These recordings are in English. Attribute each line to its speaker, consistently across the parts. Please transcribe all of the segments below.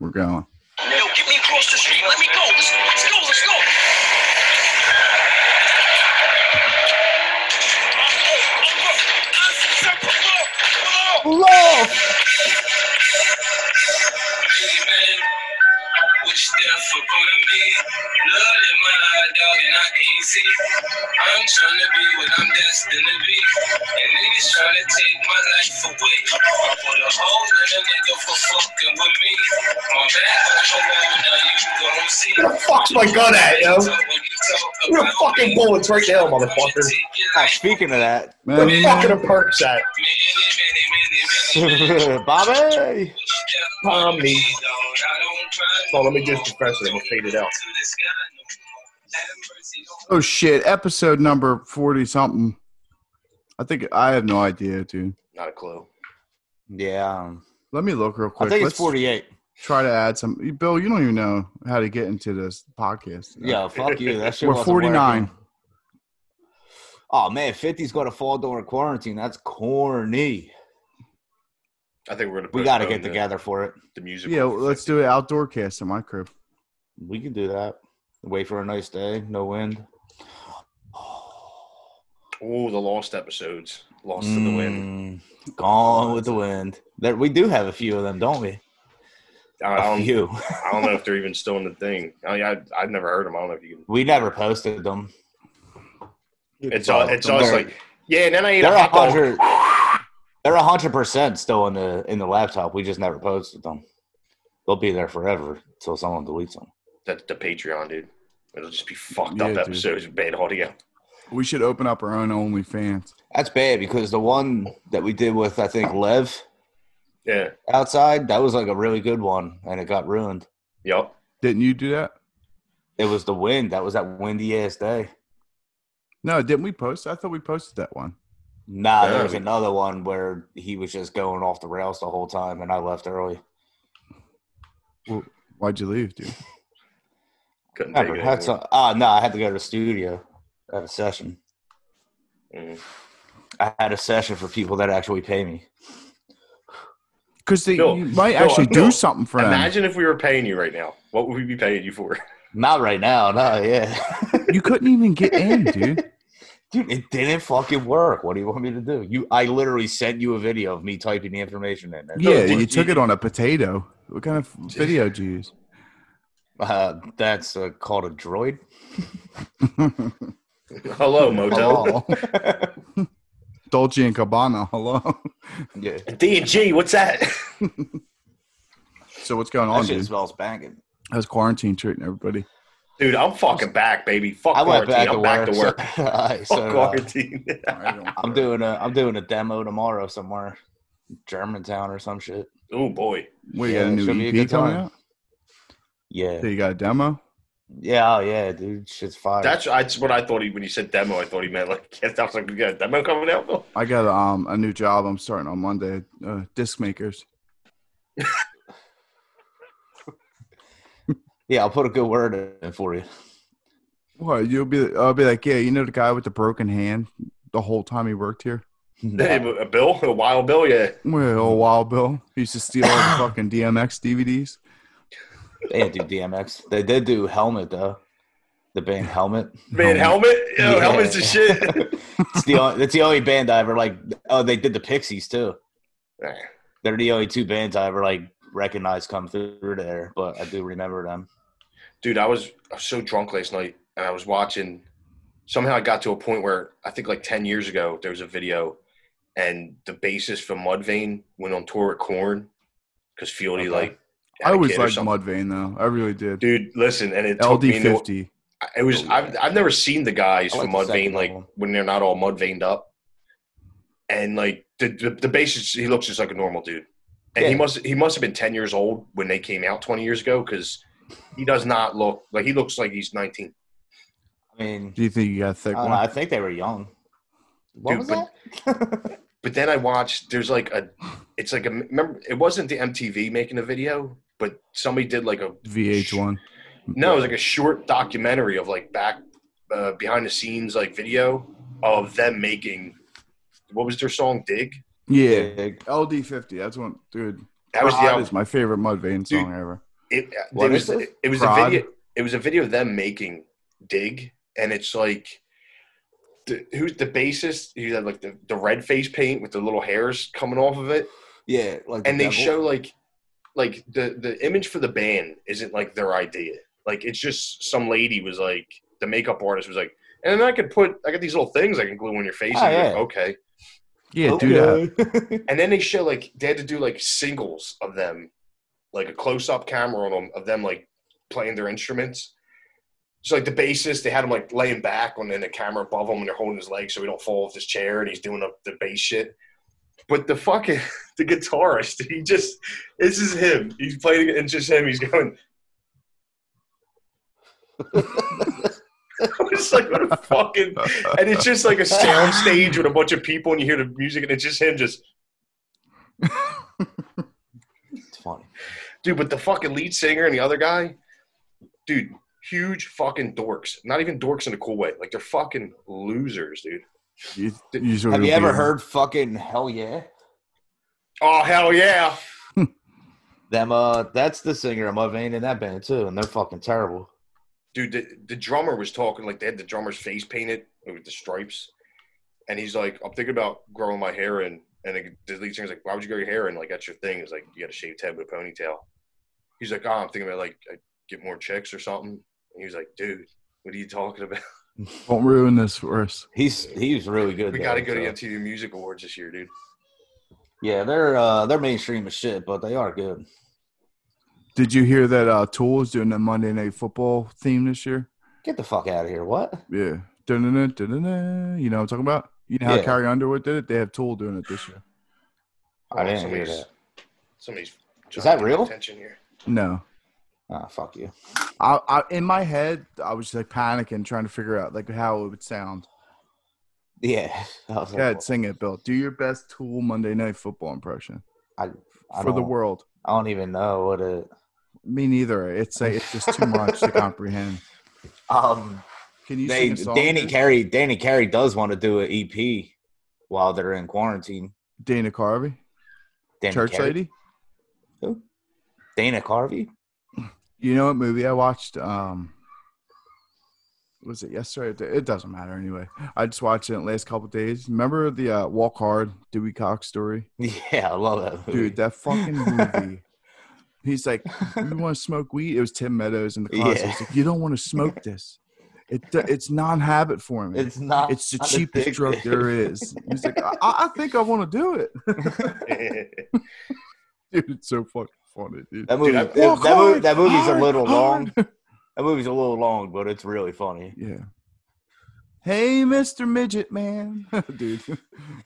Speaker 1: We're going.
Speaker 2: Yo, get me across the street. Let me go. Let's, let's go. Let's go. Which death upon me? Blood in my eye, dog, and I can't see. I'm trying to be what I'm destined to be. And niggas trying to take my life away. I put a hole in a nigga for fucking with me. My back on the wall, now you gon' see.
Speaker 3: Where the fuck's my gun at, yo?
Speaker 2: So when you talk
Speaker 3: Where the
Speaker 2: about
Speaker 3: fucking
Speaker 2: me,
Speaker 3: bullets right now,
Speaker 2: I'ma
Speaker 3: motherfucker?
Speaker 2: take your
Speaker 4: Ah,
Speaker 2: life.
Speaker 4: speaking of that,
Speaker 3: Where
Speaker 1: Man,
Speaker 3: the fuck are the perks
Speaker 2: Many,
Speaker 3: at?
Speaker 2: many, many, many, many.
Speaker 4: Bobby.
Speaker 2: Hold
Speaker 3: Tommy. So let me just refresh it. I'm gonna fade it out.
Speaker 1: oh shit! Episode number forty something. I think I have no idea, dude.
Speaker 3: Not a clue.
Speaker 4: Yeah, um,
Speaker 1: Let me look real
Speaker 4: I
Speaker 1: quick.
Speaker 4: think it's
Speaker 1: Let's
Speaker 4: forty-eight.
Speaker 1: Try to add some. Bill, you don't even know how to get into this podcast.
Speaker 4: Yeah, fuck you. That shit
Speaker 1: we're
Speaker 4: wasn't
Speaker 1: forty-nine.
Speaker 4: working. Oh man, 50's gonna fall during quarantine. That's corny.
Speaker 3: I think we're gonna.
Speaker 4: We gotta
Speaker 3: postpone
Speaker 4: get
Speaker 3: the-
Speaker 4: together for it.
Speaker 3: The music.
Speaker 1: Yeah, well, let's do an outdoor cast in my crib.
Speaker 4: We can do that. Wait for a nice day, no wind.
Speaker 3: Oh, the lost episodes. Lost in the wind.
Speaker 4: Mm, Gone with the wind. There, we do have a few of them, don't we?
Speaker 3: I
Speaker 4: A
Speaker 3: don't,
Speaker 4: few.
Speaker 3: I don't know if they're even still in the thing. I, I I've never heard them. I don't know if you can.
Speaker 4: We never posted them.
Speaker 3: It's all. It's all
Speaker 4: They're-
Speaker 3: like. Yeah, and then I ate a
Speaker 4: They're a
Speaker 3: hot dog.
Speaker 4: hundred. They're a hundred percent still in the in the laptop. We just never posted them. They'll be there forever until someone deletes them.
Speaker 3: That's the Patreon, dude. It'll just be fucked
Speaker 1: Yeah,
Speaker 3: up
Speaker 1: dude.
Speaker 3: episodes with bad audio.
Speaker 1: We should open up our own OnlyFans.
Speaker 4: That's bad because the one that we did with I think Lev
Speaker 3: Yeah.
Speaker 4: outside that was like a really good one and it got ruined.
Speaker 3: Yup.
Speaker 1: Didn't you do that?
Speaker 4: It was the wind. That was that windy ass day.
Speaker 1: No, didn't we post? I thought we posted that one.
Speaker 4: Nah,
Speaker 3: Yeah,
Speaker 4: there was
Speaker 3: we-
Speaker 4: another one where he was just going off the rails the whole time, and I left early.
Speaker 1: Why'd you leave, dude?
Speaker 3: Couldn't take
Speaker 4: Never
Speaker 3: it.
Speaker 4: had
Speaker 3: anymore.
Speaker 4: some. Ah, no, I had to go to the studio. I had a session.
Speaker 3: Mhm.
Speaker 4: I had a session for people that actually pay me.
Speaker 1: Because they
Speaker 3: Bill,
Speaker 1: you might
Speaker 3: Bill,
Speaker 1: actually
Speaker 3: Bill,
Speaker 1: do something for them.
Speaker 3: Imagine if we were paying you right now. What would we be paying you for?
Speaker 4: Not right now. No, yeah,
Speaker 1: You couldn't even get in, dude.
Speaker 4: dude, it didn't fucking work. What do you want me to do? You, I literally sent you a video of me typing the information in.
Speaker 1: Yeah,
Speaker 3: did
Speaker 1: you
Speaker 3: you-
Speaker 1: took it on a potato. What kind of video do you use?
Speaker 4: Uh, that's uh, called a droid.
Speaker 3: Hello, Motel.
Speaker 4: Hello.
Speaker 1: Dolce and Gabbana. Hello.
Speaker 4: yeah,
Speaker 3: D and G. What's that?
Speaker 1: So what's going on,
Speaker 4: that shit
Speaker 1: dude?
Speaker 4: smells banging.
Speaker 1: How's quarantine treating everybody?
Speaker 3: Dude, I'm fucking back, baby. Fuck
Speaker 4: I went
Speaker 3: quarantine.
Speaker 4: back
Speaker 3: I'm
Speaker 4: to
Speaker 3: back to
Speaker 4: work.
Speaker 3: work.
Speaker 4: so- Alright,
Speaker 3: Fuck
Speaker 4: so, uh,
Speaker 3: quarantine.
Speaker 1: I don't
Speaker 4: I'm
Speaker 1: care.
Speaker 4: doing a I'm doing a demo tomorrow somewhere, Germantown or some shit.
Speaker 3: oh boy.
Speaker 1: What, you
Speaker 4: Yeah,
Speaker 1: got a
Speaker 4: it
Speaker 1: new
Speaker 4: should be a
Speaker 1: EP
Speaker 4: good
Speaker 1: coming
Speaker 4: time.
Speaker 1: out?
Speaker 4: Yeah,
Speaker 1: So you got a demo?
Speaker 4: yeah, oh, yeah, dude, shit's fire.
Speaker 3: That's that's what I thought he when you said demo. I thought he meant like I was like, we got a demo coming out. Bill?
Speaker 1: I got um a new job. I'm starting on Monday. Uh, disc makers.
Speaker 4: yeah, I'll put a good word in for you.
Speaker 1: What you'll be? I'll be like, yeah, you know the guy with the broken hand the whole time he worked here.
Speaker 3: Hey, a Bill, a wild Bill, yeah.
Speaker 1: Well, old Wild Bill he used to steal all the fucking DMX DVDs.
Speaker 4: They didn't do DMX. They did do Helmet though. The band Helmet.
Speaker 3: Man, helmet, Yo,
Speaker 4: Yeah.
Speaker 3: helmet's the shit.
Speaker 4: It's the only, it's the only band I ever like. Oh, they did the Pixies too. They're the only two bands I ever like recognized come through there. But I do remember them.
Speaker 3: Dude, I was I was so drunk last night, and I was watching. Somehow, I got to a point where I think like ten years ago there was a video, and the bassist for Mudvayne went on tour with Corn because Fieldy
Speaker 4: Okay.
Speaker 3: like. had
Speaker 1: I
Speaker 3: a
Speaker 1: always
Speaker 3: kid or
Speaker 1: liked
Speaker 3: something.
Speaker 1: Mudvayne though. I really did.
Speaker 3: Dude, listen, and it took
Speaker 1: LD
Speaker 3: me into,
Speaker 1: fifty.
Speaker 3: It was I've, I've never seen the guys
Speaker 4: I like
Speaker 3: from
Speaker 4: the second
Speaker 3: Mudvayne like
Speaker 4: album.
Speaker 3: when they're not all Mudveined up, and like the the, the bassist he looks just like a normal dude, and he
Speaker 4: Yeah.
Speaker 3: must he must have been ten years old when they came out twenty years ago because he does not look like he looks like he's nineteen.
Speaker 4: I mean,
Speaker 1: Do you think you got a thick
Speaker 4: I, don't
Speaker 1: one?
Speaker 4: know, I think they were young. What
Speaker 3: Dude,
Speaker 4: was
Speaker 3: but-
Speaker 4: that?
Speaker 3: But then I watched there's like a it's like a remember it wasn't the MTV making a video, but somebody did like a
Speaker 1: VH1.
Speaker 3: No, it was like a short documentary of like back uh, behind the scenes like video of them making what was their song Dig?
Speaker 1: Yeah. LD fifty. That's one, dude.
Speaker 3: That was the
Speaker 1: Pride
Speaker 3: album.
Speaker 1: is my favorite Mudvayne song ever.
Speaker 3: it, uh,
Speaker 4: What
Speaker 3: it was
Speaker 4: is this?
Speaker 3: it was a
Speaker 1: Prod?
Speaker 3: video it was a video of them making dig and it's like the, who's the bassist he had like the, the red face paint with the little hairs coming off of it
Speaker 4: Yeah, like the
Speaker 3: and they
Speaker 4: devil.
Speaker 3: show like like the the image for the band isn't like their idea like it's just some lady was like the makeup artist was like and then I could put I got these little things I can glue on your face
Speaker 4: Ah,
Speaker 3: and you're like,
Speaker 4: yeah.
Speaker 3: okay
Speaker 1: Yeah,
Speaker 4: Okay.
Speaker 1: do that.
Speaker 3: and then they show like they had to do like singles of them, like a close up camera on them of them like playing their instruments. So like the bassist, they had him like laying back on then the camera above him and they're holding his leg so he don't fall off his chair and he's doing up the bass shit. But the fucking the guitarist, he just this is him. He's playing and just him. He's going. I was like, what a fucking and it's just like a sound stage with a bunch of people and you hear the music and it's just him just
Speaker 4: It's funny.
Speaker 3: Dude, but the fucking lead singer and the other guy, dude, huge fucking dorks. Not even dorks in a cool way. Like they're fucking losers, dude.
Speaker 1: You- you sort
Speaker 4: Have
Speaker 1: of
Speaker 4: you ever
Speaker 1: be-
Speaker 4: heard fucking hell yeah?
Speaker 3: Oh hell yeah.
Speaker 4: Them uh that's the singer of Mudvayne in that band too, and they're fucking terrible.
Speaker 3: Dude, the, the drummer was talking like they had the drummer's face painted with the stripes. And he's like, I'm thinking about growing my hair in. And the- the lead singer's like, Why would you grow your hair in? Like, that's your thing. It's like, you got a shaved head with a ponytail. He's like, Oh, I'm thinking about like, I get more chicks or something. And he was like, Dude, what are you talking about?
Speaker 1: Don't ruin this for us.
Speaker 4: He's he's really good.
Speaker 3: We
Speaker 4: though,
Speaker 3: got to go to
Speaker 4: so.
Speaker 3: MTV Music Awards this year, dude.
Speaker 4: Yeah, they're uh they're mainstream as shit, but they are good.
Speaker 1: Did you hear that uh, Tool is doing the Monday Night Football theme this year?
Speaker 4: Get the fuck out of here. What?
Speaker 1: Yeah. Dun-dun-dun, dun-dun-dun. You know what I'm talking about? You know how
Speaker 4: Yeah.
Speaker 1: Carrie Underwood did it? They have Tool doing it this year.
Speaker 4: I didn't hear
Speaker 3: Oh, somebody's,
Speaker 4: that.
Speaker 3: Somebody's.
Speaker 4: Is that
Speaker 3: trying to get my
Speaker 4: real?
Speaker 3: Attention here.
Speaker 1: No.
Speaker 4: Ah, fuck you.
Speaker 1: I, I in my head, I was like panicking, trying to figure out like how it would sound.
Speaker 4: Yeah. I was
Speaker 1: Go
Speaker 4: like,
Speaker 1: ahead, sing it, Bill. Do your best Tool Monday Night Football impression
Speaker 4: I
Speaker 1: for the
Speaker 4: don't-
Speaker 1: world.
Speaker 4: I don't even know what it.
Speaker 1: Me neither. It's like, it's just too much to comprehend.
Speaker 4: Um,
Speaker 1: Can you
Speaker 4: they
Speaker 1: sing a song?
Speaker 4: Danny
Speaker 1: dude?
Speaker 4: Carey. Danny Carey does want to do an EP while they're in quarantine.
Speaker 1: Dana Carvey,
Speaker 4: Danny
Speaker 1: church
Speaker 4: Carey-
Speaker 1: lady.
Speaker 4: Dana Carvey.
Speaker 1: You know what movie I watched? Um, was it yesterday? or the- It doesn't matter anyway. I just watched it in the last couple days. Remember the uh, Walk Hard Dewey Cox story?
Speaker 4: Yeah, I love that movie.
Speaker 1: Dude, that fucking movie. He's like, you want to smoke weed? It was Tim Meadows in the closet.
Speaker 4: Yeah.
Speaker 1: He's like, you don't want to smoke this. It, it's non-habit for me. It's,
Speaker 4: it's not.
Speaker 1: the
Speaker 4: not
Speaker 1: cheapest drug
Speaker 4: addictive.
Speaker 1: there is. He's like, I, I think I want to do it. Dude, it's so fucking funny, dude.
Speaker 4: That movie.
Speaker 3: I-
Speaker 4: that, that
Speaker 1: Walk
Speaker 4: movie
Speaker 1: hard,
Speaker 4: that movie's
Speaker 1: hard,
Speaker 4: a little long.
Speaker 1: hard.
Speaker 4: That movie's a little long, but it's really funny.
Speaker 1: Yeah. Hey, Mr. Midget Man. dude.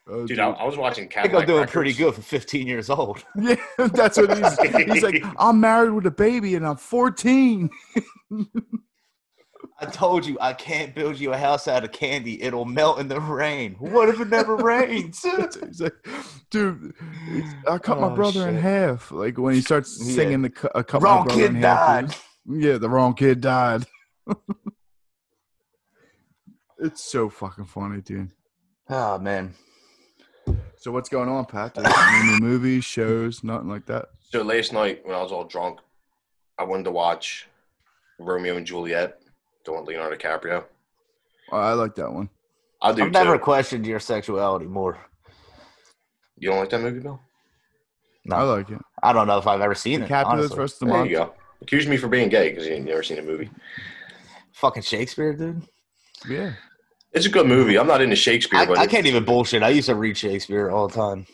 Speaker 1: Oh,
Speaker 3: Dude, I, I was watching
Speaker 4: I
Speaker 3: Cadillac
Speaker 4: think I'm doing
Speaker 3: Records.
Speaker 4: pretty good for 15 years old.
Speaker 1: Yeah, that's what he's he's like, I'm married with a baby and I'm 14.
Speaker 4: I told you I can't build you a house out of candy. It'll melt in the rain. What if it never rains?
Speaker 1: He's like, dude, he's- I cut my
Speaker 4: Oh,
Speaker 1: brother in
Speaker 4: shit.
Speaker 1: half. Like when he starts
Speaker 4: Yeah.
Speaker 1: singing the cu- I cut my
Speaker 4: Wrong
Speaker 1: brother in
Speaker 4: kid
Speaker 1: half.
Speaker 4: died.
Speaker 1: Yeah, the wrong kid died. it's so fucking funny, dude.
Speaker 4: Oh man.
Speaker 1: So what's going on, Pat? There's Any new movies, shows, nothing like that?
Speaker 3: So last night when I was all drunk, I wanted to watch Romeo and Juliet, the one with Leonardo DiCaprio.
Speaker 1: Oh, I like that one.
Speaker 3: I do
Speaker 4: I've never
Speaker 3: too.
Speaker 4: questioned your sexuality more.
Speaker 3: You don't like that movie, Bill?
Speaker 1: I
Speaker 4: No,
Speaker 1: like it.
Speaker 4: I don't know if I've ever seen it.
Speaker 1: Capulets
Speaker 4: Honestly.
Speaker 1: versus the
Speaker 3: There you
Speaker 1: month.
Speaker 3: go. Accuse me for being gay because you've never seen a movie.
Speaker 4: Fucking Shakespeare, dude.
Speaker 1: Yeah.
Speaker 3: It's a good movie. I'm not into Shakespeare,
Speaker 4: I,
Speaker 3: but
Speaker 4: I can't even bullshit. I used to read Shakespeare all the time.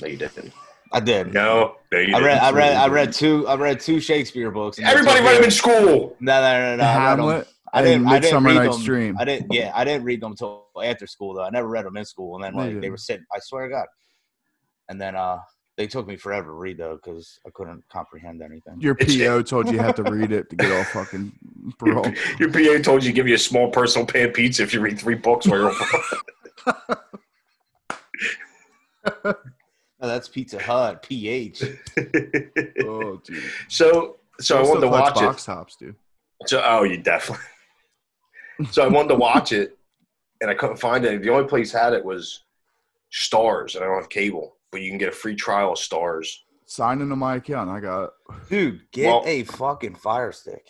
Speaker 3: No, you didn't.
Speaker 4: I did.
Speaker 3: No, no, you
Speaker 4: I
Speaker 3: didn't.
Speaker 4: read. I read. I read two. I read two Shakespeare books. and that's
Speaker 3: Everybody
Speaker 4: it.
Speaker 3: read him in school.
Speaker 4: No, no, no, no. I read 'em.
Speaker 1: Hamlet
Speaker 4: I
Speaker 1: and
Speaker 4: didn't. I didn't
Speaker 1: Midsummer
Speaker 4: read
Speaker 1: Night's
Speaker 4: them.
Speaker 1: Dream.
Speaker 4: I didn't. Yeah, I didn't read them till after school though. I never read them in school, and then
Speaker 1: No, you
Speaker 4: like they
Speaker 1: didn't.
Speaker 4: were sitting. I swear to God. And then uh, they took me forever to read though because I couldn't comprehend anything.
Speaker 1: Your
Speaker 3: It's-
Speaker 1: PO told you you had to read it to get all fucking parole.
Speaker 3: Your PA told you to give you a small personal pan pizza if you read three books while you're
Speaker 4: No, Oh, that's Pizza Hut. PH.
Speaker 1: oh, dude.
Speaker 3: So, so I
Speaker 1: We'll
Speaker 3: wanted
Speaker 1: still
Speaker 3: to
Speaker 1: clutch
Speaker 3: watch it.
Speaker 1: box hops, dude.
Speaker 3: So, oh, you definitely. So I wanted to watch it, and I couldn't find it. The only place had it was Stars, and I don't have cable, but you can get a free trial of Stars.
Speaker 1: Sign into my account. I got it.
Speaker 4: Dude, get
Speaker 3: Well-
Speaker 4: a fucking fire stick.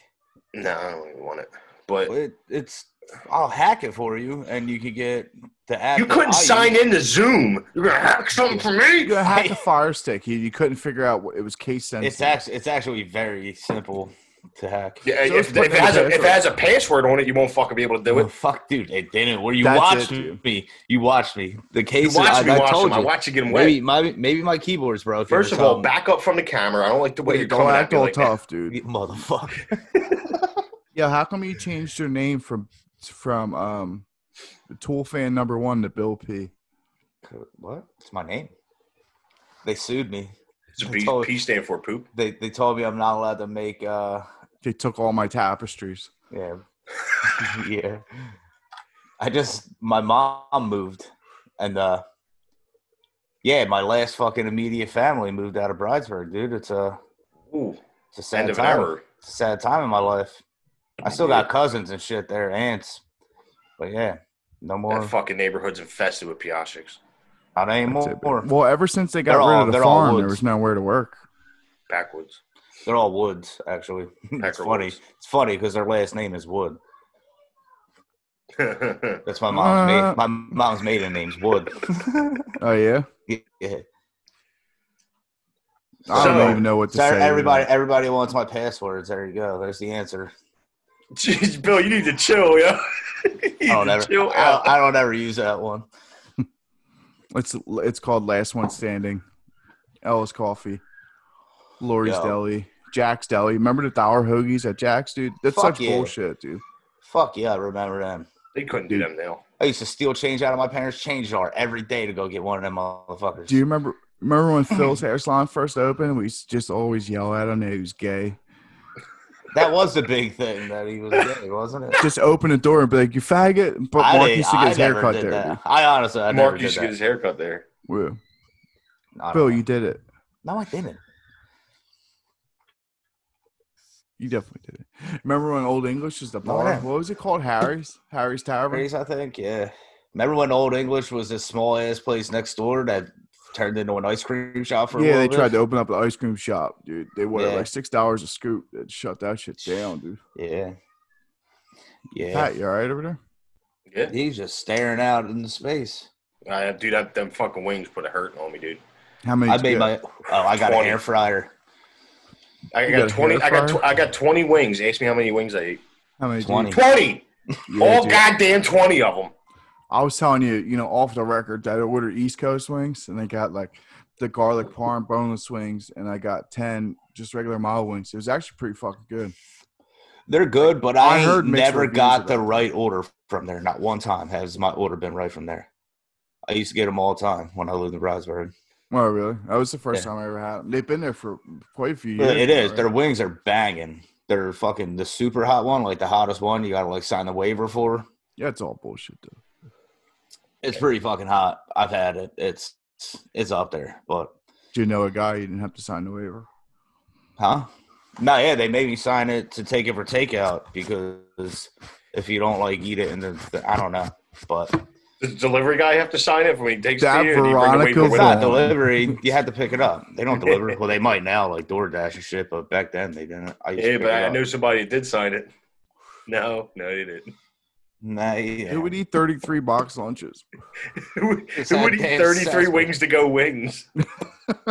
Speaker 3: No, I don't even want it. But
Speaker 4: It, it's I'll hack it for you, and you can get the app.
Speaker 3: you
Speaker 4: that I
Speaker 3: couldn't sign
Speaker 4: use.
Speaker 3: into Zoom. You're gonna hack something for me.
Speaker 1: You gotta hack the fire stick. You, you couldn't figure out what it was case sensitive.
Speaker 4: It's actually it's actually very simple to hack.
Speaker 3: Yeah,
Speaker 1: So
Speaker 3: if,
Speaker 1: it's-
Speaker 3: if it has a, if it has a password on it, you won't fucking be able to do
Speaker 4: Well,
Speaker 3: it.
Speaker 4: Oh, fuck, dude, it didn't. Where you
Speaker 1: That's
Speaker 4: watched
Speaker 1: it, dude.
Speaker 4: me? You watched me. The
Speaker 3: You
Speaker 4: case I,
Speaker 3: watch me
Speaker 4: I
Speaker 3: watch
Speaker 4: told
Speaker 3: them. I
Speaker 4: you.
Speaker 3: watch you get them
Speaker 4: maybe
Speaker 3: wet.
Speaker 4: my maybe my keyboard's broken. or
Speaker 3: First of all,
Speaker 4: something.
Speaker 3: back up from the camera. I don't like the way
Speaker 1: Wait,
Speaker 3: you're
Speaker 1: don't
Speaker 3: coming at
Speaker 1: act
Speaker 3: me
Speaker 1: all
Speaker 3: like that.
Speaker 1: tough, dude.
Speaker 4: You motherfucker.
Speaker 1: Yeah, how come you changed your name from from um Tool fan number one to Bill P?
Speaker 4: What? It's my name. They sued me.
Speaker 3: It's a
Speaker 4: I
Speaker 3: P,
Speaker 4: told-
Speaker 3: P stand for poop.
Speaker 4: They they told me I'm not allowed to make uh
Speaker 1: They took all my tapestries.
Speaker 4: yeah yeah. I just my mom moved and uh yeah my last fucking immediate family moved out of Bridesburg, dude. It's a
Speaker 3: Ooh,
Speaker 4: it's a sad
Speaker 3: end of an
Speaker 4: time.
Speaker 3: hour.
Speaker 4: It's a sad time in my life. I still got cousins and shit there, aunts, but yeah, no more.
Speaker 3: That fucking neighborhood's infested with piashiks.
Speaker 4: Not
Speaker 1: That's
Speaker 4: anymore.
Speaker 1: it. Well, ever since they got
Speaker 4: They're
Speaker 1: rid
Speaker 4: all-
Speaker 1: of the
Speaker 4: they're all
Speaker 1: farm, there
Speaker 4: woods.
Speaker 1: was nowhere to work.
Speaker 3: Backwoods.
Speaker 4: They're all Woods, actually. it's
Speaker 3: Packer
Speaker 4: funny.
Speaker 3: Woods.
Speaker 4: It's funny because their last name is Wood.
Speaker 3: That's
Speaker 4: That's my mom's
Speaker 1: Uh.
Speaker 4: ma- my mom's maiden name's Wood.
Speaker 1: Oh yeah,
Speaker 4: yeah.
Speaker 1: I
Speaker 3: So-
Speaker 1: don't even know what to
Speaker 4: So
Speaker 1: say. uh,
Speaker 4: everybody, everybody wants my passwords. There you go. There's the answer.
Speaker 3: Jeez, Bill, you need to chill, yo. You need
Speaker 4: I don't
Speaker 3: to
Speaker 4: ever,
Speaker 3: chill
Speaker 4: Oh, I,
Speaker 3: out.
Speaker 4: I don't ever use that one.
Speaker 1: It's it's called Last One Standing. Ella's Coffee, Lori's
Speaker 4: Yo.
Speaker 1: Deli, Jack's Deli. Remember the dollar hoagies at Jack's, dude? That's
Speaker 4: Fuck
Speaker 1: such
Speaker 4: yeah.
Speaker 1: bullshit, dude.
Speaker 4: Fuck yeah, I remember them.
Speaker 3: They couldn't do them now.
Speaker 4: I used to steal change out of my parents' change jar every day to go get one of them motherfuckers.
Speaker 1: Do you remember? Remember when Phil's hair salon first opened? We used to just always yell at him that he was gay.
Speaker 4: That was the big thing that he was gay, wasn't it?
Speaker 1: Just open the door and be like, "You faggot!" But
Speaker 4: I
Speaker 1: Mark
Speaker 4: didn't-
Speaker 1: used to get
Speaker 4: I
Speaker 1: his
Speaker 4: never
Speaker 1: haircut
Speaker 4: did
Speaker 1: there.
Speaker 4: that.
Speaker 1: Dude.
Speaker 4: I honestly, I never
Speaker 3: Mark
Speaker 4: did
Speaker 3: used to
Speaker 4: that.
Speaker 3: get his haircut there.
Speaker 1: Woo.
Speaker 4: I don't
Speaker 1: Bill,
Speaker 4: know.
Speaker 1: you did it.
Speaker 4: no, I didn't.
Speaker 1: You definitely did it. Remember when Old English was the
Speaker 4: No, I
Speaker 1: bar?
Speaker 4: don't.
Speaker 1: what was it called? Harry's? Harry's Tavern?
Speaker 4: Grace, I think. Yeah. Remember when Old English was this small ass place next door that turned into an ice cream shop for a
Speaker 1: Yeah,
Speaker 4: little
Speaker 1: they
Speaker 4: bit?
Speaker 1: tried to open up the ice cream shop, dude. They were
Speaker 4: Yeah.
Speaker 1: like six dollars a scoop. They shut that shit down, dude.
Speaker 4: Yeah. Yeah.
Speaker 1: Pat, you all right over there?
Speaker 3: Yeah.
Speaker 4: He's just staring out into space.
Speaker 3: I, dude, that, them fucking wings put a hurting on me, dude.
Speaker 1: How many?
Speaker 4: I
Speaker 1: did you
Speaker 4: made
Speaker 1: get?
Speaker 4: my. Oh, I got an
Speaker 3: 20.
Speaker 4: air fryer.
Speaker 3: I
Speaker 1: You
Speaker 3: got,
Speaker 1: got a
Speaker 3: twenty.
Speaker 1: hair
Speaker 3: I got.
Speaker 1: fryer?
Speaker 3: Tw- I got twenty wings. Ask me how many wings I ate.
Speaker 1: How many? did you-
Speaker 4: 20.
Speaker 3: Twenty.
Speaker 1: Yeah,
Speaker 4: Oh,
Speaker 3: All
Speaker 1: dude.
Speaker 3: goddamn twenty of them.
Speaker 1: I was telling you, you know, off the record, that I ordered East Coast wings, and they got like the garlic parm boneless wings, and I got ten just regular mild wings. It was actually pretty fucking good.
Speaker 4: They're good, but
Speaker 1: I
Speaker 4: I, ain't
Speaker 1: heard mixed
Speaker 4: never
Speaker 1: reviews
Speaker 4: got
Speaker 1: of
Speaker 4: the
Speaker 1: them.
Speaker 4: right order from there. Not one time has my order been right from there. I used to get them all the time when I lived in Rosberg.
Speaker 1: Oh, really? That was the first
Speaker 4: Yeah.
Speaker 1: time I ever had them. They've been there for quite a few years.
Speaker 4: It is.
Speaker 1: now,
Speaker 4: Their
Speaker 1: right?
Speaker 4: wings are banging. They're fucking the super hot one, like the hottest one. You gotta like sign the waiver for.
Speaker 1: Yeah, it's all bullshit though.
Speaker 4: It's pretty fucking hot. I've had it. It's it's up there, but
Speaker 1: Do you know a guy you didn't have to sign the waiver?
Speaker 4: Huh? No, yeah, they made me sign it to take it for takeout because if you don't like eat it, and the, the- I don't know, but
Speaker 3: Does the delivery guy have to sign it when he takes
Speaker 1: That
Speaker 3: it to you? and you bring
Speaker 1: Veronica
Speaker 3: it away
Speaker 4: it's
Speaker 1: Vaughn.
Speaker 3: with him?
Speaker 4: not delivery. You had to pick it up. They don't deliver. Well, they might now, like DoorDash and shit, but back then they didn't. I used to
Speaker 3: Yeah,
Speaker 4: pick
Speaker 3: but
Speaker 4: it
Speaker 3: I
Speaker 4: up.
Speaker 3: know somebody that did sign it. No, no, he didn't.
Speaker 4: Nah, yeah.
Speaker 1: Who would eat thirty-three box lunches?
Speaker 3: Who, would-
Speaker 4: It's
Speaker 3: who
Speaker 4: that
Speaker 3: would eat
Speaker 4: damn
Speaker 3: thirty-three
Speaker 4: Sasquatch.
Speaker 3: wings to go wings?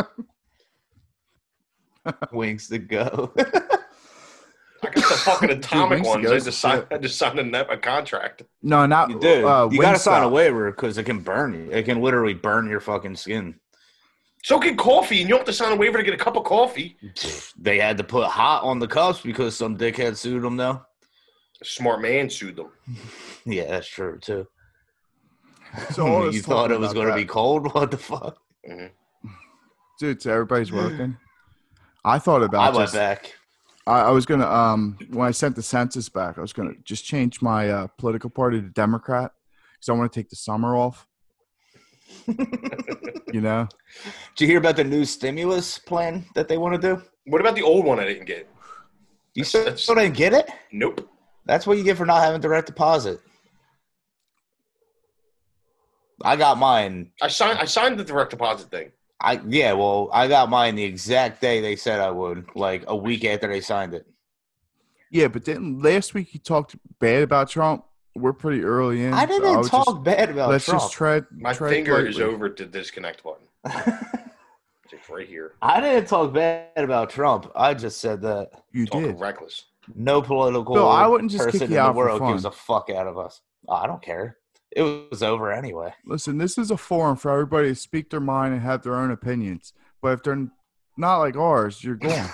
Speaker 4: wings to go?
Speaker 3: I got the fucking atomic
Speaker 1: wings to
Speaker 3: ones.
Speaker 1: go
Speaker 3: I
Speaker 1: is
Speaker 3: just signed.
Speaker 1: shit.
Speaker 3: I just signed a, net- a contract.
Speaker 1: No, not
Speaker 4: you do.
Speaker 1: Uh,
Speaker 4: you gotta sign a
Speaker 1: Wingstop.
Speaker 4: waiver because it can burn you. It can literally burn your fucking skin.
Speaker 3: So can coffee, and you don't have to sign a waiver to get a cup of coffee.
Speaker 4: They had to put hot on the cups because some dickhead sued them though.
Speaker 3: Smart man sued them.
Speaker 4: Yeah, that's true too.
Speaker 1: So all
Speaker 4: you
Speaker 1: this
Speaker 4: thought
Speaker 1: talking
Speaker 4: it was
Speaker 1: about
Speaker 4: going to be
Speaker 1: that-
Speaker 4: cold? What the fuck?
Speaker 1: dude. So everybody's working. I thought
Speaker 4: I
Speaker 1: about
Speaker 4: went
Speaker 1: just.
Speaker 4: back.
Speaker 1: I, I was gonna um when I sent the census back, I was gonna just change my uh, political party to Democrat because I want to take the summer off. you know,
Speaker 4: Did you hear about the new stimulus plan that they want to do?
Speaker 3: What about the old one I didn't get?
Speaker 4: You still,
Speaker 3: That's-
Speaker 4: didn't get it?
Speaker 3: Nope.
Speaker 4: That's what you get for not having direct deposit. I got mine.
Speaker 3: I signed. I signed the direct deposit thing.
Speaker 4: I yeah, well, I got mine the exact day they said I would, like a week after they signed it.
Speaker 1: Yeah, but then last week you talked bad about Trump. We're pretty early in.
Speaker 4: I
Speaker 1: so
Speaker 4: didn't
Speaker 1: would
Speaker 4: talk
Speaker 1: just-
Speaker 4: bad about
Speaker 1: let's
Speaker 4: Trump.
Speaker 1: just tread.
Speaker 3: My
Speaker 1: tread
Speaker 3: finger is
Speaker 1: lightly.
Speaker 3: over the disconnect button. It's like right here.
Speaker 4: I didn't talk bad about Trump. I just said that
Speaker 1: You
Speaker 3: Talking
Speaker 1: did.
Speaker 3: reckless.
Speaker 4: no political
Speaker 1: Bill, I wouldn't just kick
Speaker 4: person
Speaker 1: you
Speaker 4: in the
Speaker 1: out for
Speaker 4: world gives
Speaker 1: fun.
Speaker 4: a fuck out of us. I don't care. It was over anyway.
Speaker 1: Listen, this is a forum for everybody to speak their mind and have their own opinions. But if they're not like ours, you're gone.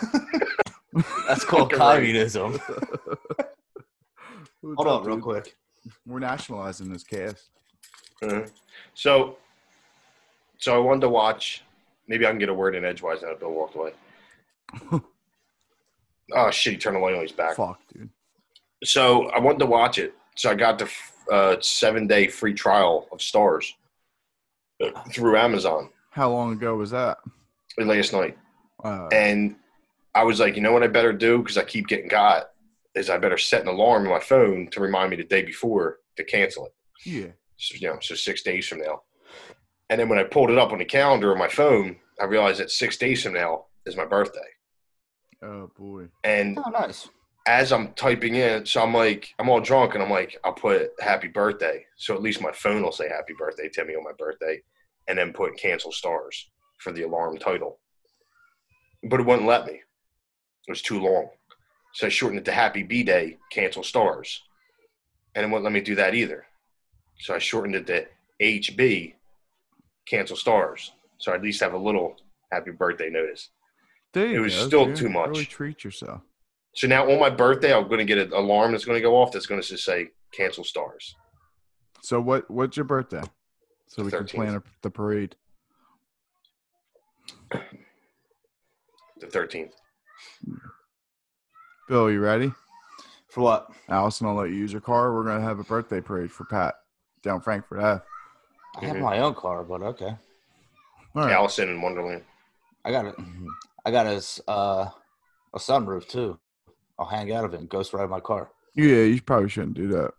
Speaker 4: That's called
Speaker 3: You're right.
Speaker 4: communism.
Speaker 1: What's
Speaker 4: Hold
Speaker 1: up,
Speaker 4: on, real
Speaker 1: dude?
Speaker 4: quick.
Speaker 1: We're nationalizing this cast.
Speaker 3: Mhm. So, so I wanted to watch. Maybe I can get a word in edgewise now. that Bill walked away. oh shit! He turned the light on. He's back.
Speaker 1: Fuck, dude.
Speaker 3: So I wanted to watch it. So I got the f- uh, seven day free trial of Stars uh, through Amazon
Speaker 1: How long ago was that?
Speaker 3: last night,
Speaker 1: Uh,
Speaker 3: and I was like, you know what I better do because I keep getting got is I better set an alarm on my phone to remind me the day before to cancel it.
Speaker 1: yeah.
Speaker 3: so, you know, so six days from now. And then when I pulled it up on the calendar on my phone, I realized that six days from now is my birthday.
Speaker 1: Oh boy.
Speaker 3: And
Speaker 4: Oh, nice.
Speaker 3: as I'm typing in, so I'm like, I'm all drunk and I'm like, I'll put happy birthday. So at least my phone will say happy birthday, Timmy, on my birthday, and then put cancel stars for the alarm title. But it wouldn't let me. It was too long. So I shortened it to happy B day, cancel stars. And it wouldn't let me do that either. So I shortened it to HB, cancel stars. So I at least have a little happy birthday notice.
Speaker 1: There you
Speaker 3: was
Speaker 1: go,
Speaker 3: still
Speaker 1: dude.
Speaker 3: too much.
Speaker 1: Really treat yourself.
Speaker 3: So now on my birthday, I'm going to get an alarm that's going to go off that's going to just say cancel stars.
Speaker 1: So what? What's your birthday? So we can
Speaker 3: 13th.
Speaker 1: plan a, the parade.
Speaker 3: The 13th.
Speaker 1: Bill, you ready?
Speaker 4: For what?
Speaker 1: Allison, I'll let you use your car. We're gonna have a birthday parade for Pat down Frankfurt Ave.
Speaker 4: I have
Speaker 3: Mhm.
Speaker 4: my own car, but okay.
Speaker 1: All right.
Speaker 3: Allison in Wonderland.
Speaker 4: I got a, I got a, s- uh, a sunroof too. I'll hang out of it and ghost ride my car.
Speaker 1: Yeah, you probably shouldn't do that.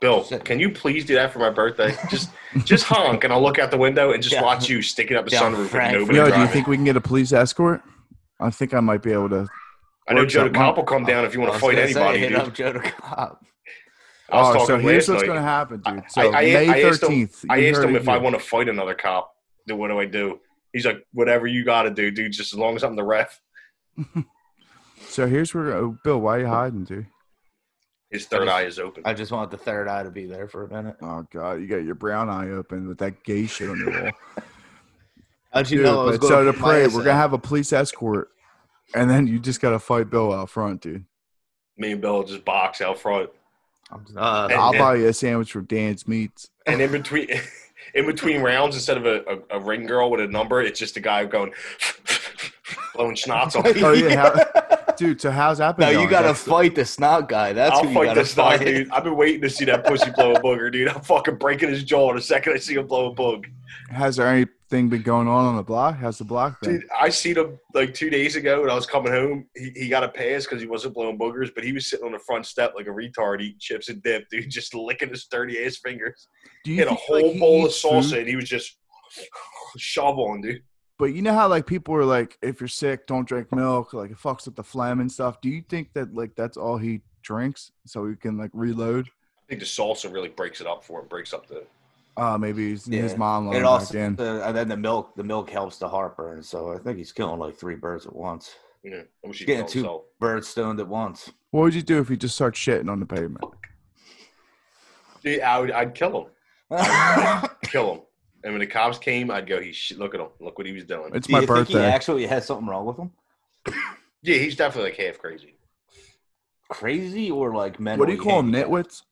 Speaker 3: Bill,
Speaker 4: Shit.
Speaker 3: can you please do that for my birthday? Just just honk and I'll look out the window and just
Speaker 4: Yeah.
Speaker 3: watch you sticking up the
Speaker 4: Yeah,
Speaker 3: sunroof
Speaker 4: Frank.
Speaker 3: and nobody
Speaker 1: Yo, do you
Speaker 3: driving.
Speaker 1: think we can get a police escort? I think I might be able to.
Speaker 3: I know
Speaker 1: works
Speaker 3: Joe
Speaker 1: out
Speaker 3: the
Speaker 1: well?
Speaker 3: cop will come down if you want
Speaker 4: I
Speaker 3: to
Speaker 4: was
Speaker 3: fight
Speaker 4: gonna say,
Speaker 3: anybody,
Speaker 4: hit
Speaker 3: dude.
Speaker 4: up Joe the cop.
Speaker 3: I was
Speaker 1: oh, so
Speaker 3: talking
Speaker 1: here's what's
Speaker 3: last
Speaker 1: gonna
Speaker 3: night.
Speaker 1: happen, dude. So
Speaker 3: I- I- I
Speaker 1: May
Speaker 3: asked him-
Speaker 1: thirteenth.
Speaker 3: I asked him if I want to fight another cop. Then what do I do? He's like, whatever you got to do, dude. Just as long as I'm the ref.
Speaker 1: So here's where oh, Bill. Why are you hiding, dude?
Speaker 3: His third
Speaker 4: just-
Speaker 3: eye is open.
Speaker 4: I just want the third eye to be there for a minute.
Speaker 1: Oh God, you got your brown eye open with that gay shit on your wall.
Speaker 4: How'd you
Speaker 1: Dude,
Speaker 4: know I was
Speaker 1: but
Speaker 4: going
Speaker 1: so to
Speaker 4: freak my
Speaker 1: pray,
Speaker 4: ass
Speaker 1: we're gonna
Speaker 4: out?
Speaker 1: have a police escort, and then you just gotta fight Bill out front, dude.
Speaker 3: Me and Bill will just box out front.
Speaker 4: I'm just- uh,
Speaker 3: And-
Speaker 1: I'll
Speaker 3: and-
Speaker 1: buy you a sandwich from Dan's Meats.
Speaker 3: and in between in between rounds instead of a, a, a ring girl with a number it's just a guy going blowing schnapps on people.
Speaker 1: Oh yeah, how- dude. So how's that been?
Speaker 4: no, you
Speaker 1: going?
Speaker 4: got to
Speaker 1: That's-
Speaker 4: fight the snot guy. That's
Speaker 3: I'll
Speaker 4: who you
Speaker 3: fight
Speaker 4: gotta
Speaker 3: this guy,
Speaker 4: fight.
Speaker 3: dude. I've been waiting to see that pussy blow a booger, dude. I'm fucking breaking his jaw the second I see him blow a boog.
Speaker 1: Has there anything been going on on the block? How's the block been?
Speaker 3: Dude, I seen him like two days ago when I was coming home. He, he got a pass because he wasn't blowing boogers, but he was sitting on the front step like a retard eating chips and dip, dude, just licking his dirty ass fingers.
Speaker 1: Do
Speaker 3: He
Speaker 1: you
Speaker 3: had a
Speaker 1: think,
Speaker 3: whole
Speaker 1: like, he
Speaker 3: bowl of
Speaker 1: eats
Speaker 3: salsa
Speaker 1: food?
Speaker 3: and he was just shoveling, dude.
Speaker 1: But you know how like people are like, if you're sick, don't drink milk. Like it fucks with the phlegm and stuff. Do you think that like that's all he drinks so he can like reload?
Speaker 3: I think the salsa really breaks it up for him, breaks up the
Speaker 1: Uh maybe he's, his
Speaker 4: Yeah.
Speaker 1: mom let
Speaker 4: It
Speaker 1: him
Speaker 4: also,
Speaker 1: back in.
Speaker 4: the- and then the milk, the milk helps the heartburn. So I think he's killing like three birds at once.
Speaker 3: you know, I wish he'd
Speaker 4: Getting
Speaker 3: kill
Speaker 4: too-
Speaker 3: himself.
Speaker 4: Birds stoned at once.
Speaker 1: What would you do if he just starts shitting on the pavement?
Speaker 3: Dude, I would, I'd kill him.
Speaker 4: Do
Speaker 3: Kill him. And when the cops came, I'd go, he's sh- look at him. Look what he was doing.
Speaker 1: It's
Speaker 4: you
Speaker 1: my
Speaker 4: think he
Speaker 1: birthday.
Speaker 4: actually had something wrong with him?
Speaker 3: yeah, he's definitely like half crazy.
Speaker 4: Crazy or like mentally?
Speaker 1: what do you call him? Nitwits?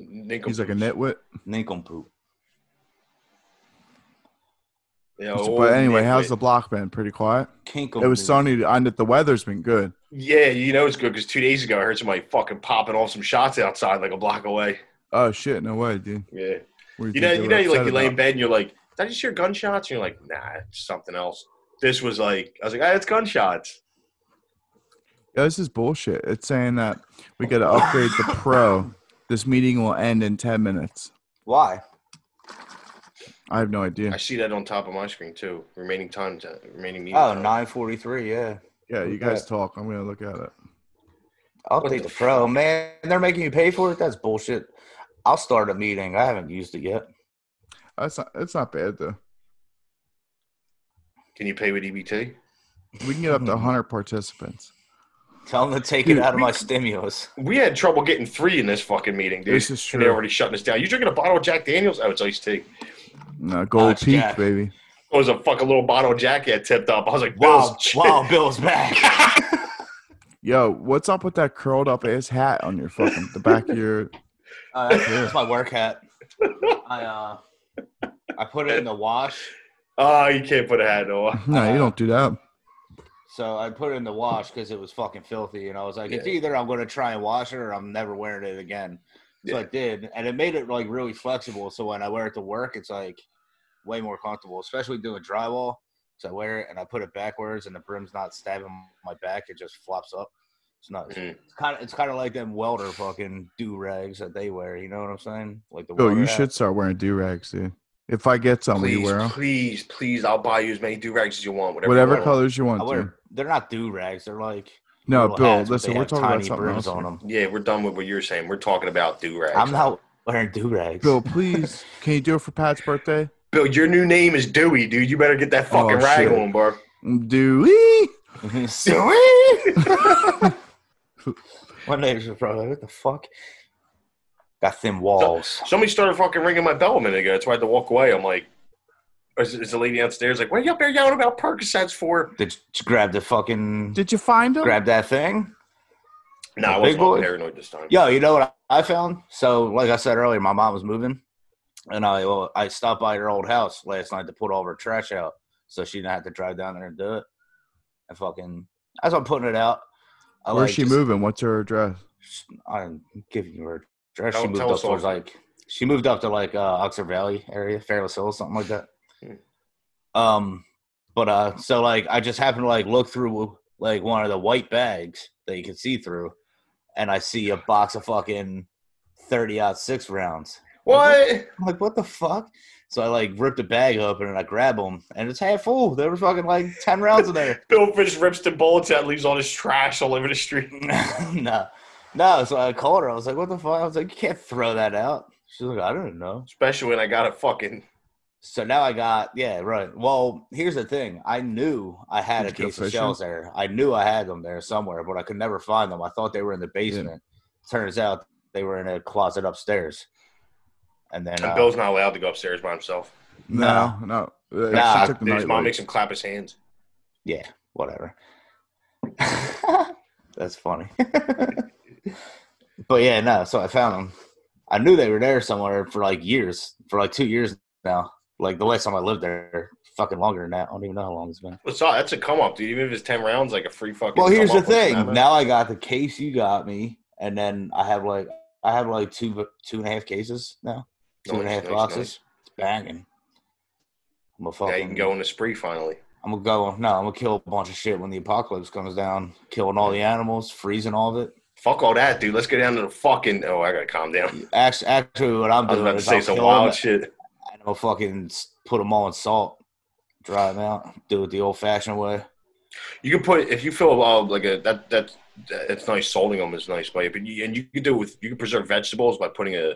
Speaker 3: Nincom-
Speaker 1: He's like a nitwit.
Speaker 4: Nincompoop.
Speaker 3: you know, oh, old
Speaker 1: But anyway, how's
Speaker 3: nitwit.
Speaker 1: the block been? Pretty quiet.
Speaker 4: Kinkle.
Speaker 1: It was sunny, and the weather's been good.
Speaker 3: Yeah, you know it's good because two days ago I heard somebody fucking popping off some shots outside like a block away.
Speaker 1: Oh shit! No way, dude.
Speaker 3: Yeah,
Speaker 1: What do
Speaker 3: you
Speaker 1: think
Speaker 3: know,
Speaker 1: they
Speaker 3: you
Speaker 1: were
Speaker 3: know, you like
Speaker 1: upset
Speaker 3: you lay in
Speaker 1: about?
Speaker 3: bed and you're like, did I just hear gunshots? And you're like, nah, it's something else. This was like, I was like, ah, it's gunshots.
Speaker 1: Yeah, this is bullshit. It's saying that we got to upgrade the pro. This meeting will end in ten minutes.
Speaker 4: Why?
Speaker 1: I have no idea.
Speaker 3: I see that on top of my screen too. Remaining time, to, remaining meeting.
Speaker 4: Oh,
Speaker 3: time.
Speaker 4: 943, yeah.
Speaker 1: Yeah, you guys talk. I'm gonna look at it.
Speaker 4: I'll
Speaker 3: What
Speaker 4: take
Speaker 3: the
Speaker 4: the pro, man. They're making you pay for it. That's bullshit. I'll start a meeting. I haven't used it yet.
Speaker 1: That's not. It's not bad though.
Speaker 3: Can you pay with E EBT?
Speaker 1: We can get
Speaker 3: Hmm.
Speaker 1: up to 100 participants.
Speaker 4: Tell them to take
Speaker 1: Dude,
Speaker 4: it out of
Speaker 1: we-
Speaker 4: my stimulus.
Speaker 3: We had trouble getting three in this fucking meeting, dude.
Speaker 1: This is
Speaker 3: And they're
Speaker 1: true.
Speaker 3: already shutting us down. You drinking a bottle of Jack Daniels? Oh, it's iced tea.
Speaker 1: No, Gold
Speaker 4: it's
Speaker 1: Peak,
Speaker 4: Jack.
Speaker 1: baby.
Speaker 3: It was a fucking little bottle of Jack that tipped up. I was like,
Speaker 4: Wow,
Speaker 3: wow, shit.
Speaker 4: wow, Bill's back.
Speaker 1: Yo, what's up with that curled up ass hat on your fucking the back of your?
Speaker 4: Uh, that's my work hat. I uh, I put it in the wash.
Speaker 3: Oh, you can't put a hat on.
Speaker 1: No, you don't do that.
Speaker 4: So I put it in the wash because it was fucking filthy, and I was like, it's either I'm going to try and wash it or I'm never wearing it again. So I did, and it made it like really flexible. So when I wear it to work, it's like way more comfortable, especially doing drywall. So I wear it and I put it backwards, and the brim's not stabbing my back; it just flops up. It's nuts.
Speaker 3: Mhm.
Speaker 4: It's kind of it's kind of like them welder fucking do rags that they wear. You know what I'm saying? Like the
Speaker 1: Yo,
Speaker 4: welder
Speaker 1: Oh, you
Speaker 4: hat.
Speaker 1: should start wearing do rags, dude. If I get some, will you
Speaker 3: Please,
Speaker 1: wear them?
Speaker 3: please, please, I'll buy you as many do rags as you want. Whatever, you
Speaker 1: Whatever
Speaker 3: want.
Speaker 1: colors you
Speaker 4: I
Speaker 1: want. Dude.
Speaker 4: wear. They're not do rags. They're like
Speaker 1: No, Oh,
Speaker 4: little
Speaker 1: Bill.
Speaker 4: hats, but
Speaker 1: Listen,
Speaker 4: they
Speaker 1: we're
Speaker 4: have
Speaker 1: talking about
Speaker 4: tiny
Speaker 1: something
Speaker 4: brims
Speaker 1: else.
Speaker 4: on
Speaker 1: here.
Speaker 4: them.
Speaker 3: Yeah, we're done with what you're saying. We're talking about do rags.
Speaker 4: I'm not wearing do rags.
Speaker 1: Bill, please, can you do it for Pat's birthday?
Speaker 3: Bill, your new name is Dewey, dude. You better get that
Speaker 1: Oh,
Speaker 3: fucking rag
Speaker 1: shit.
Speaker 3: on, bro.
Speaker 4: Mm,
Speaker 1: Do we?
Speaker 4: My neighbors are probably like, what the fuck? Got thin walls.
Speaker 3: Somebody started fucking ringing my bell a minute ago. That's why I had to walk away. I'm like, is, is the lady downstairs like, what are you up there yelling about Percocets for?
Speaker 4: Did you grab the fucking
Speaker 1: Did you find him?
Speaker 4: grab that thing?
Speaker 3: No, nah, I
Speaker 4: Big
Speaker 3: wasn't
Speaker 4: boy?
Speaker 3: paranoid this time.
Speaker 4: Yo, you know what I found? So, like I said earlier, my mom was moving, and I well, I stopped by her old house last night to put all of her trash out, so she didn't have to drive down there and do it. And fucking, as I'm putting it out, I
Speaker 1: Where's
Speaker 4: like,
Speaker 1: she
Speaker 4: just-
Speaker 1: moving? What's her address?
Speaker 4: I'm giving you her address.
Speaker 3: Tell-
Speaker 4: she moved
Speaker 3: tell
Speaker 4: up
Speaker 3: us
Speaker 4: towards
Speaker 3: all.
Speaker 4: like she moved up to like uh, Oxford Valley area, Fairless Hill, something like that.
Speaker 3: Hmm.
Speaker 4: Um, but uh, so like I just happened to like look through like one of the white bags that you can see through, and I see a box of fucking thirty out six rounds.
Speaker 3: What?
Speaker 4: I'm like, what the fuck? So I like ripped the bag open and I grab them, and it's half full. There was fucking like ten rounds in there.
Speaker 3: Bill Fish rips the bullets out, leaves all this trash all over the street.
Speaker 4: no, no. So I called her. I was like, "What the fuck?" I was like, "You can't throw that out." She's like, "I don't know."
Speaker 3: Especially when I got a fucking.
Speaker 4: So now I got yeah right. Well, here's the thing. I knew I had
Speaker 1: Did
Speaker 4: a
Speaker 1: you go
Speaker 4: case of
Speaker 1: fishing?
Speaker 4: shells there. I knew I had them there somewhere, but I could never find them. I thought they were in the basement. Turns out they were in a closet upstairs. And then
Speaker 3: And
Speaker 4: uh,
Speaker 3: Bill's not allowed to go upstairs by himself.
Speaker 1: No, no. Uh,
Speaker 4: Nah,
Speaker 1: she took the
Speaker 3: Dude, His mom
Speaker 1: nightlight.
Speaker 3: makes him clap his hands.
Speaker 4: yeah, whatever. That's funny. but yeah, no. So I found them. I knew they were there somewhere for like years, for like two years now. Like the last time I lived there, fucking longer than that. I don't even know how long it's been.
Speaker 3: What's up? That's a come up, dude. Even if it's 10 rounds, like a free fucking.
Speaker 4: Well, here's the
Speaker 3: come-up with
Speaker 4: thing.
Speaker 3: Banana.
Speaker 4: Now I got the case you got me, and then I have like I have like two two and a half cases now, two and a
Speaker 3: Nice,
Speaker 4: half
Speaker 3: nice,
Speaker 4: boxes.
Speaker 3: nice.
Speaker 4: It's banging. I'm a fucking.
Speaker 3: Yeah, you can go on the spree finally.
Speaker 4: I'm gonna go. No, I'm gonna kill a bunch of shit when the apocalypse comes down. Killing all the animals, freezing all of it.
Speaker 3: Fuck all that, dude. Let's go down to the fucking. Oh, I gotta calm down.
Speaker 4: Actually, actually what I'm
Speaker 3: I was
Speaker 4: doing
Speaker 3: about to
Speaker 4: is
Speaker 3: say
Speaker 4: I'll
Speaker 3: some
Speaker 4: kill
Speaker 3: wild
Speaker 4: them,
Speaker 3: shit.
Speaker 4: and I'm gonna fucking s- put them all in salt, dry them out, do it the old-fashioned way.
Speaker 3: You can put if you feel uh, like a that that it's nice. Salting them is nice, but but you, and you can do it with you can preserve vegetables by putting a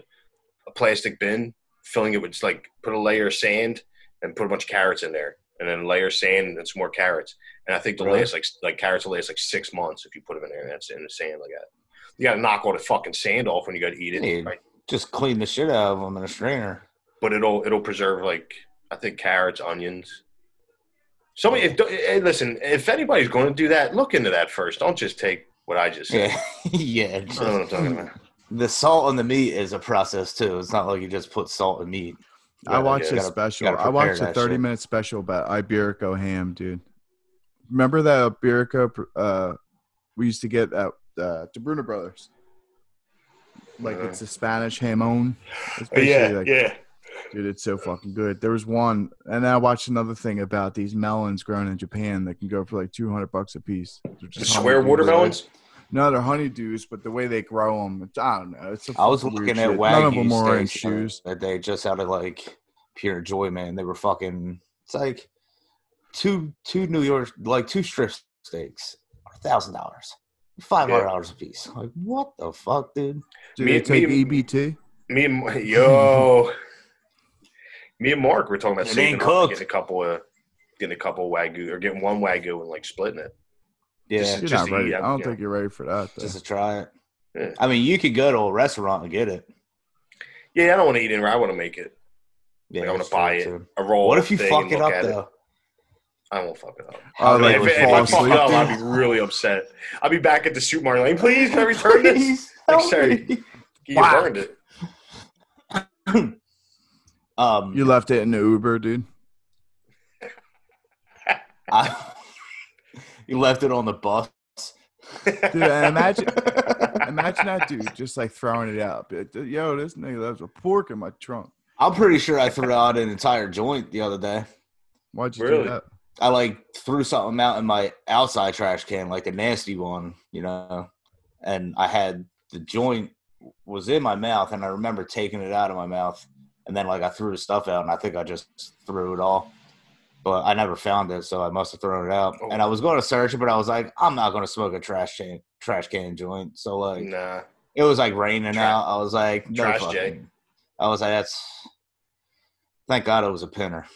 Speaker 3: a plastic bin, filling it with just like put a layer of sand and put a bunch of carrots in there, and then a layer of sand and some more carrots. And I think the
Speaker 4: Really?
Speaker 3: last like s- like carrots will last like six months if you put them in there. And that's in the sand like that. You gotta knock all the fucking sand off when you gotta eat it,
Speaker 4: Yeah.
Speaker 3: right?
Speaker 4: Just clean the shit out of them in a strainer.
Speaker 3: but it'll it'll preserve like I think carrots, onions. Somebody, if, hey, listen, if anybody's going to do that, look into that first. Don't just take what I just said.
Speaker 4: Yeah, yeah.
Speaker 3: I don't know what I'm talking about.
Speaker 4: The salt on the meat is a process too. It's not like you just put salt in meat.
Speaker 1: I watched
Speaker 3: yeah.
Speaker 1: a
Speaker 4: Gotta-
Speaker 1: special.
Speaker 4: gotta
Speaker 1: I
Speaker 4: prepare
Speaker 1: watched a
Speaker 4: that
Speaker 1: 30
Speaker 4: shit.
Speaker 1: minute special about Iberico ham, dude. Remember that Iberico uh, we used to get at uh, De Bruno Brothers? Like
Speaker 3: Uh.
Speaker 1: it's a Spanish hamon. It's
Speaker 4: Uh,
Speaker 3: But
Speaker 1: basically
Speaker 3: yeah,
Speaker 1: like,
Speaker 3: yeah.
Speaker 1: dude, it's so fucking good. There was one, and then I watched another thing about these melons grown in Japan that can go for like 200 bucks a piece. They're
Speaker 3: The
Speaker 1: just
Speaker 3: square
Speaker 1: honeydews.
Speaker 3: watermelons.
Speaker 1: No, they're honeydews, but the way they grow them, it's, I don't know. It's a
Speaker 4: I was
Speaker 1: fucking
Speaker 4: looking
Speaker 1: weird
Speaker 4: at
Speaker 1: shit.
Speaker 4: wagyu
Speaker 1: None of them were in
Speaker 4: steaks the
Speaker 1: shoes.
Speaker 4: other day just out of like pure joy, man. They were fucking. It's like two two New York like two strip steaks, thousand dollars, five hundred dollars a piece. Like what the fuck, dude?
Speaker 1: Do
Speaker 3: Me-
Speaker 1: they take E
Speaker 3: me-
Speaker 1: EBT?
Speaker 3: Me and yo, me and Mark were talking about
Speaker 4: It
Speaker 3: saving up
Speaker 4: ain't
Speaker 3: and
Speaker 4: cooked.
Speaker 3: getting a couple of getting a couple of wagyu or getting one wagyu and like splitting it.
Speaker 4: Yeah,
Speaker 1: You're
Speaker 3: Just
Speaker 1: not
Speaker 3: to eat
Speaker 1: ready. I
Speaker 3: out,
Speaker 1: don't
Speaker 3: yeah.
Speaker 1: think you're ready for that. Though.
Speaker 4: just to try it.
Speaker 3: Yeah.
Speaker 4: I mean, you could go to a restaurant and get it.
Speaker 3: Yeah, I don't want to eat in. I want to make it
Speaker 4: Yeah,
Speaker 3: Like, I wanna
Speaker 4: that's
Speaker 3: buy
Speaker 4: true, too.
Speaker 3: a roll.
Speaker 4: What if you
Speaker 3: thing
Speaker 4: fuck
Speaker 3: and
Speaker 4: it
Speaker 3: look
Speaker 4: up
Speaker 3: at
Speaker 4: though?
Speaker 3: I won't fuck it up.
Speaker 1: Oh,
Speaker 4: Like,
Speaker 1: like
Speaker 3: if,
Speaker 4: would
Speaker 3: if
Speaker 1: fall
Speaker 3: I fuck
Speaker 1: asleep.
Speaker 3: it up, I'd be really upset. I'd be back at the supermarket like, please, can I return this? Like,
Speaker 4: help
Speaker 3: sorry.
Speaker 4: me.
Speaker 3: You
Speaker 4: Wow.
Speaker 3: burned it.
Speaker 4: Um,
Speaker 1: You left it in the Uber, dude.
Speaker 4: I, you left it on the bus.
Speaker 1: Dude, and imagine, imagine that dude just like throwing it out. Be like, Yo, this nigga left a pork in my trunk.
Speaker 4: I'm pretty sure I threw out an entire joint the other day.
Speaker 1: Why'd you
Speaker 3: Really?
Speaker 1: do that?
Speaker 4: I like threw something out in my outside trash can, like the nasty one, you know. And I had the joint was in my mouth, and I remember taking it out of my mouth, and then like I threw the stuff out, and I think I just threw it all. But I never found it, so I must have thrown it out.
Speaker 3: Oh.
Speaker 4: And I was going to search it, but I was like, I'm not going to smoke a trash can trash can joint. So like,
Speaker 3: Nah.
Speaker 4: it was like raining
Speaker 3: Tra-
Speaker 4: out. I was like, no
Speaker 3: Trash
Speaker 4: fucking.
Speaker 3: Jay.
Speaker 4: I was like, that's. Thank God it was a pinner.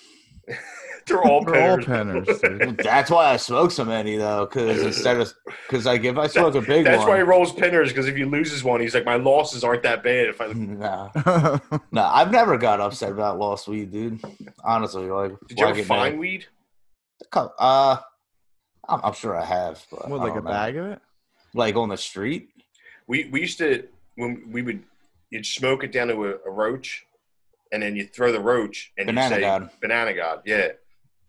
Speaker 3: They're all
Speaker 1: We're all
Speaker 3: pinners.
Speaker 1: penners, dude.
Speaker 4: That's why I smoke so many though, because instead of because like if I smoke a big
Speaker 3: That's why he
Speaker 4: one,
Speaker 3: rolls pinners because if he loses one, he's like, my losses aren't that bad. If I
Speaker 4: no, no, I've never got upset about lost weed, dude. Honestly, like
Speaker 3: did you
Speaker 4: why
Speaker 3: ever
Speaker 4: get
Speaker 3: find
Speaker 4: mad?
Speaker 3: weed?
Speaker 4: Co- Uh, I'm, I'm sure I have. But
Speaker 1: what,
Speaker 4: I
Speaker 1: like a
Speaker 4: don't know.
Speaker 1: bag of it?
Speaker 4: like on the street.
Speaker 3: We we used to when we would you'd smoke it down to a, a roach, and then you would throw the roach and
Speaker 4: Banana
Speaker 3: you say
Speaker 4: God.
Speaker 3: banana god, yeah,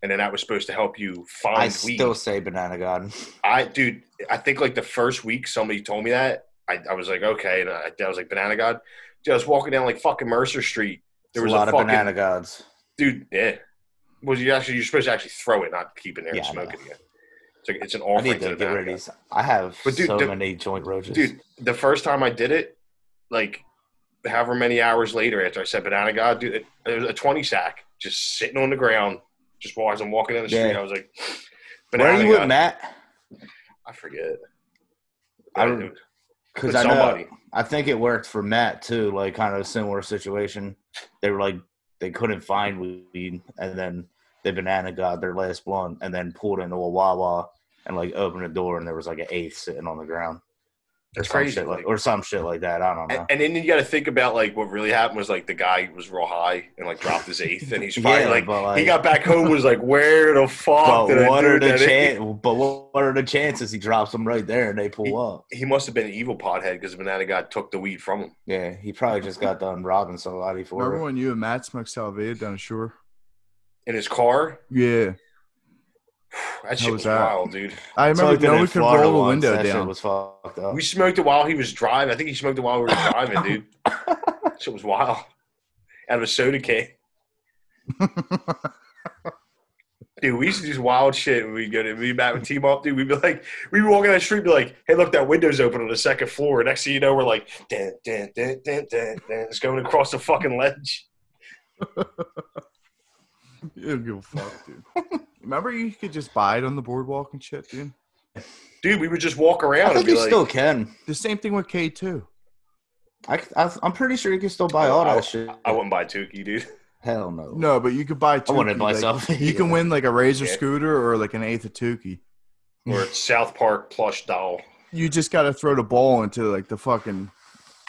Speaker 3: and then that was supposed to help you find
Speaker 4: I
Speaker 3: weed.
Speaker 4: still say banana god.
Speaker 3: I dude, I think like the first week somebody told me that. I, I was like, okay, and I, I was like, banana god. Dude, I was walking down like fucking Mercer Street. There was
Speaker 4: a lot of
Speaker 3: fucking
Speaker 4: banana gods.
Speaker 3: dude. Yeah, was you actually you're supposed to actually throw it, not keep it there and
Speaker 4: Yeah, I
Speaker 3: smoke
Speaker 4: know.
Speaker 3: it again. It's like it's an
Speaker 4: I
Speaker 3: offering
Speaker 4: need
Speaker 3: to
Speaker 4: to
Speaker 3: the
Speaker 4: get
Speaker 3: banana
Speaker 4: rid of
Speaker 3: god.
Speaker 4: these. I have
Speaker 3: But dude,
Speaker 4: so
Speaker 3: the-
Speaker 4: many joint roaches.
Speaker 3: dude. The first time I did it, like however many hours later after I said banana god, dude, it, it was a twenty sack just sitting on the ground. Just while I was walking down the street,
Speaker 4: Yeah.
Speaker 3: I was like,
Speaker 4: where are
Speaker 3: banana
Speaker 4: you with
Speaker 3: god.
Speaker 4: Matt?
Speaker 3: I forget.
Speaker 4: I
Speaker 3: I
Speaker 4: don't-
Speaker 3: don't,
Speaker 4: Because
Speaker 3: But
Speaker 4: I know,
Speaker 3: somebody.
Speaker 4: I think it worked for Matt too. Like kind of a similar situation. They were like they couldn't find weed, and then they banana got their last blunt, and then pulled into a Wawa and like opened the door, and there was like an eighth sitting on the ground.
Speaker 3: that's
Speaker 4: or some
Speaker 3: crazy.
Speaker 4: shit
Speaker 3: like-
Speaker 4: like, or some shit like that. I don't know.
Speaker 3: And, and then you got to think about like what really happened was like the guy was real high and like dropped his eighth, and he's probably
Speaker 4: Yeah,
Speaker 3: like,
Speaker 4: but,
Speaker 3: he
Speaker 4: like-
Speaker 3: got back home was like, where the
Speaker 4: but
Speaker 3: fuck did I
Speaker 4: what
Speaker 3: do
Speaker 4: are the
Speaker 3: that?
Speaker 4: chan- But what what are the chances he drops them right there and they pull up?
Speaker 3: He must have been an evil pothead because the banana guy took the weed from him.
Speaker 4: Yeah, he probably just got done robbing somebody for
Speaker 1: Remember
Speaker 4: it.
Speaker 1: when you and Matt smoked Salvia down the shore?
Speaker 3: in his car.
Speaker 1: Yeah.
Speaker 3: That
Speaker 1: How
Speaker 3: shit
Speaker 1: was
Speaker 3: was,
Speaker 1: that?
Speaker 3: wild, dude.
Speaker 1: I remember
Speaker 4: Smoked it
Speaker 1: no
Speaker 4: in
Speaker 1: one could
Speaker 4: Florida
Speaker 1: roll the
Speaker 4: once.
Speaker 1: window
Speaker 4: that shit
Speaker 1: down.
Speaker 4: was fucked up.
Speaker 3: We smoked it while he was driving. I think he smoked it while we were driving, dude. shit was wild. Out of a soda can. Dude, we used to do wild shit when we go to me and Matt would team up, dude. We'd be like, we'd be walking down the street, and be like, hey, look, that window's open on the second floor. Next thing you know, we're like, dun, dun, dun, dun, dun, dun. it's going across the fucking ledge.
Speaker 1: you don't give a fuck, dude. Remember you could just buy it on the boardwalk and shit, dude?
Speaker 3: Dude, we would just walk around
Speaker 4: I
Speaker 3: and
Speaker 4: think
Speaker 3: be
Speaker 4: you
Speaker 3: like,
Speaker 4: still can.
Speaker 1: The same thing with K2.
Speaker 4: I, am pretty sure you can still buy all that shit.
Speaker 3: I wouldn't buy Tukey, dude.
Speaker 4: Hell no.
Speaker 1: No, but you could buy
Speaker 4: I wanted
Speaker 1: Tukey, like,
Speaker 4: myself.
Speaker 1: You can win like a Razor
Speaker 3: Yeah.
Speaker 1: scooter or like an eighth of Tukey.
Speaker 3: Or South Park plush doll.
Speaker 1: You just gotta throw the ball into like the fucking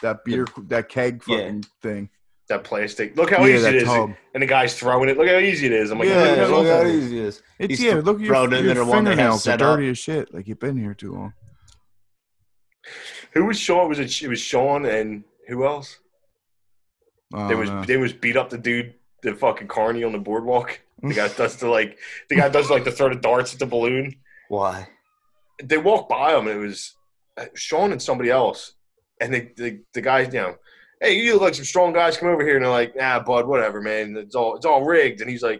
Speaker 1: that beer that keg
Speaker 4: Yeah.
Speaker 1: fucking thing.
Speaker 3: That plastic. Look how easy
Speaker 1: that
Speaker 3: it is.
Speaker 1: tub.
Speaker 3: And the guy's throwing it. Look how easy it is. I'm like,
Speaker 1: Yeah,
Speaker 3: "Look
Speaker 4: Yeah,
Speaker 3: at
Speaker 4: look
Speaker 1: look
Speaker 4: how
Speaker 1: at it.
Speaker 4: easy it is.
Speaker 1: It's
Speaker 4: He's
Speaker 1: yeah. Look at your,
Speaker 4: thrown in
Speaker 1: your
Speaker 4: there one they have
Speaker 1: fingernails are
Speaker 4: set up.
Speaker 1: dirty as shit. Like you've been here too long.
Speaker 3: Who was Sean? Was it? It was Sean and who else?
Speaker 1: I
Speaker 3: They
Speaker 1: don't
Speaker 3: was
Speaker 1: know.
Speaker 3: they was beat up the dude, the fucking carny on the boardwalk. The guy does the like, the guy does like to throw the darts at the balloon.
Speaker 4: Why?
Speaker 3: They walked by him, and it was uh, Sean and somebody else. And the the, the guys, you know, hey, you look like some strong guys. Come over here, and they're like, nah, bud, whatever, man. It's all it's all rigged. And he's like,